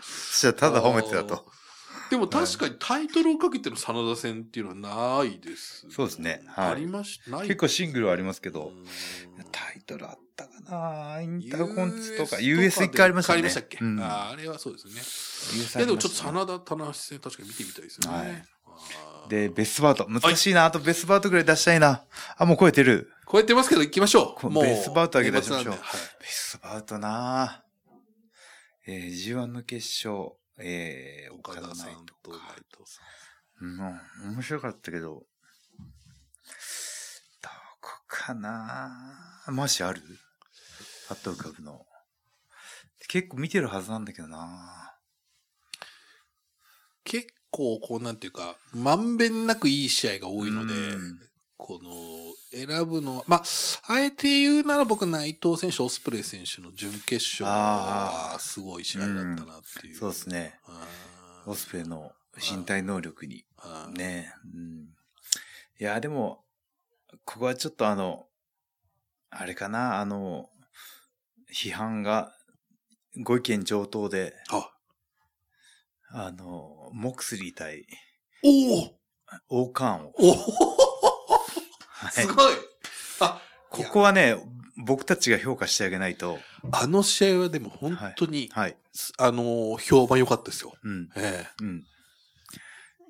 S1: そしたらただ褒めてたと。
S2: でも確かにタイトルをかけての真田戦っていうのはないです、
S1: そうですねはい
S2: ありまし、ない
S1: 結構シングルはありますけ
S2: う
S1: ど。
S2: ん
S1: タイトルあったかなインターコンチとか、
S2: US
S1: US 一回ありましたね。
S2: 一回ありましたっけ、
S1: うん
S2: あーあれはそうですね。
S1: US あ
S2: い
S1: り
S2: やでも
S1: ま
S2: ちょ
S1: し
S2: ったと
S1: ね
S2: 真田、棚橋戦確かに見てみたいですよね。
S1: はい
S2: あー
S1: で、ベストバート。難しいな。あとベストバートぐらい出したいな。あ、もう超えてる。
S2: こうやってますけど行きましょう。
S1: こ
S2: もう。
S1: ベースバウト上げ出しましょう
S2: 年末なんではい
S1: ベストバートなえー、G1 の決勝、えー、岡
S2: 岡
S1: 田
S2: 田さ
S1: さ
S2: ん
S1: ん
S2: と
S1: と
S2: 内
S1: か。
S2: 藤さ。
S1: うん、面白かったけど、どこかなマシあるパッと浮かぶの。結構見てるはずなんだけどなん
S2: 結構、こうなんていうか、まんべんなくいい試合が多いので、
S1: うん
S2: この、選ぶのは、まあ、あえて言うなら僕、内藤選手、オスプレイ選手の準決勝
S1: あ
S2: は、すごい試合だったなっていう。
S1: そうです
S2: ね。
S1: ね。オスプレイの身体能力に。
S2: はい
S1: ねうん。いや、でも、ここはちょっとあの、あれかな、あの、批判が、ご意見上等で、
S2: あ、
S1: あの、モクスリー対
S2: おお
S1: オーカーンを。
S2: おお
S1: は
S2: す
S1: い
S2: ごいあ、
S1: ここはね、僕たちが評価してあげないと。
S2: あの試合はでも本当に、
S1: はい。
S2: あの、評判良かったですよ。
S1: うん。
S2: え
S1: うん。
S2: え。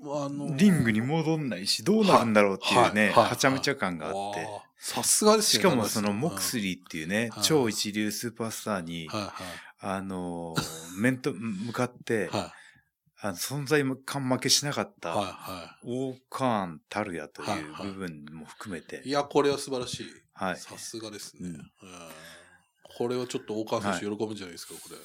S2: あの
S1: リングに戻んないし、どうなるんだろうっていうね、
S2: はいはいはい
S1: はちゃめちゃ感があって。
S2: わあ。さすがです
S1: し
S2: よ
S1: かもそのモクス
S2: リ
S1: リーっていうね
S2: はい、
S1: 超一流スーパースターに、
S2: はい
S1: あのー、面と向かって、
S2: はい。はい
S1: あの存在感負けしなかっ
S2: はい
S1: た、
S2: は
S1: オーカーンたるやとい
S2: はいうはい
S1: 部分も含めて
S2: い。い、や、これは素晴らしい。
S1: はい。
S2: さすがですね。
S1: う
S2: うんんこれはちょっと大川選手喜ぶんじゃないですか、これ。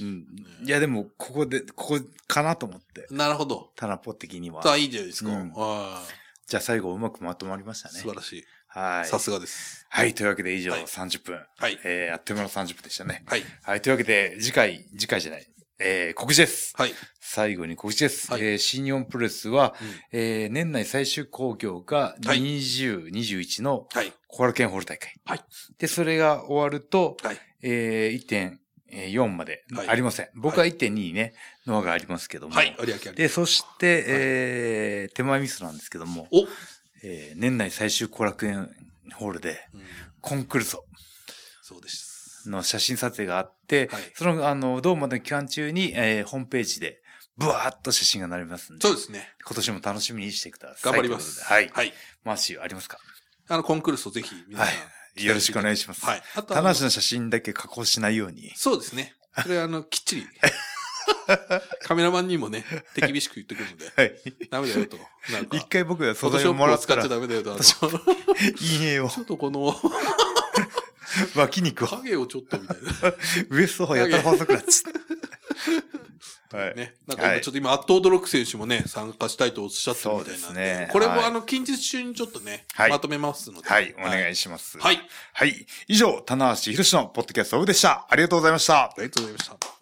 S1: うんいや、でも、ここで、ここかなと思って、
S2: なるほど。
S1: タナポ的には。
S2: さあ、いいんじゃないですか。
S1: うん
S2: は
S1: じゃあ最後うまくまとまりました
S2: い素晴
S1: ね。
S2: らしい。
S1: は
S2: さ
S1: い。
S2: すがです。
S1: はい、というわけで以上
S2: はい
S1: 30分。
S2: はい。
S1: えー、あっという間の30分でしたね。
S2: はい。
S1: はい、というわけで、次回、次回じゃない、えー、告知です。
S2: はい。
S1: 最後に告知です。
S2: はい
S1: えー新日本プロレスは、
S2: うん
S1: えー年内最終興行が
S2: はい
S1: 20、21の
S2: はい。
S1: コアラ県ホール大会。
S2: はい
S1: で、それが終わると、
S2: はい。
S1: えー、1.4まで、
S2: はい
S1: ありません。僕は1.2ね、ノアがありますけども。
S2: はい。有明有明。
S1: で、そして、えー、手前ミスなんですけども、
S2: お、
S1: えー、年内最終後楽園ホールで、
S2: うん
S1: コンクルソ
S2: そうです。
S1: の写真撮影があって、
S2: はい
S1: その、あの、ドームまでの期間中に、えー、ホームページで、ブワーっと写真が並びますんで、
S2: そうですね。
S1: 今年も楽しみにしてください。
S2: 頑張ります。
S1: ということではい。
S2: はい。
S1: マーシーありますか
S2: あの、コンクルールぜひ、皆さん。
S1: はい。よろしくお願いします。
S2: はい。あとあ
S1: 田
S2: の
S1: 無の写真だけ加工しないように。
S2: そうです ね。それは、あの、きっちり。 カメラマンにもね、手厳しく言ってくるので、
S1: はい。
S2: ダメだよと。なんか
S1: 一、回僕が
S2: フ
S1: 素
S2: ォト
S1: 材
S2: ショ
S1: を
S2: ッ
S1: も
S2: プ
S1: ら
S2: を
S1: っ
S2: 使
S1: た
S2: っち
S1: ら
S2: ゃ、ダメだよと。あの
S1: 私
S2: ち ょ
S1: 陰影を、
S2: っとこの
S1: 脇肉を、
S2: 影をちょっとみたいな。
S1: ウエストをやったら細くなっちゃ った。はい。
S2: ね。なんか今ちょっと今、アット驚く選手もね、参加したいとおっしゃってるみたいなん
S1: そうですね
S2: これも
S1: はい
S2: あの、近日中にちょっとね、
S1: はい
S2: まとめますので。
S1: はい、お
S2: は
S1: 願
S2: い。
S1: いします。
S2: はい。あ
S1: はい。以上、棚橋博士のポッドキャストオブでした。ありがとうございました。
S2: りがとうございました。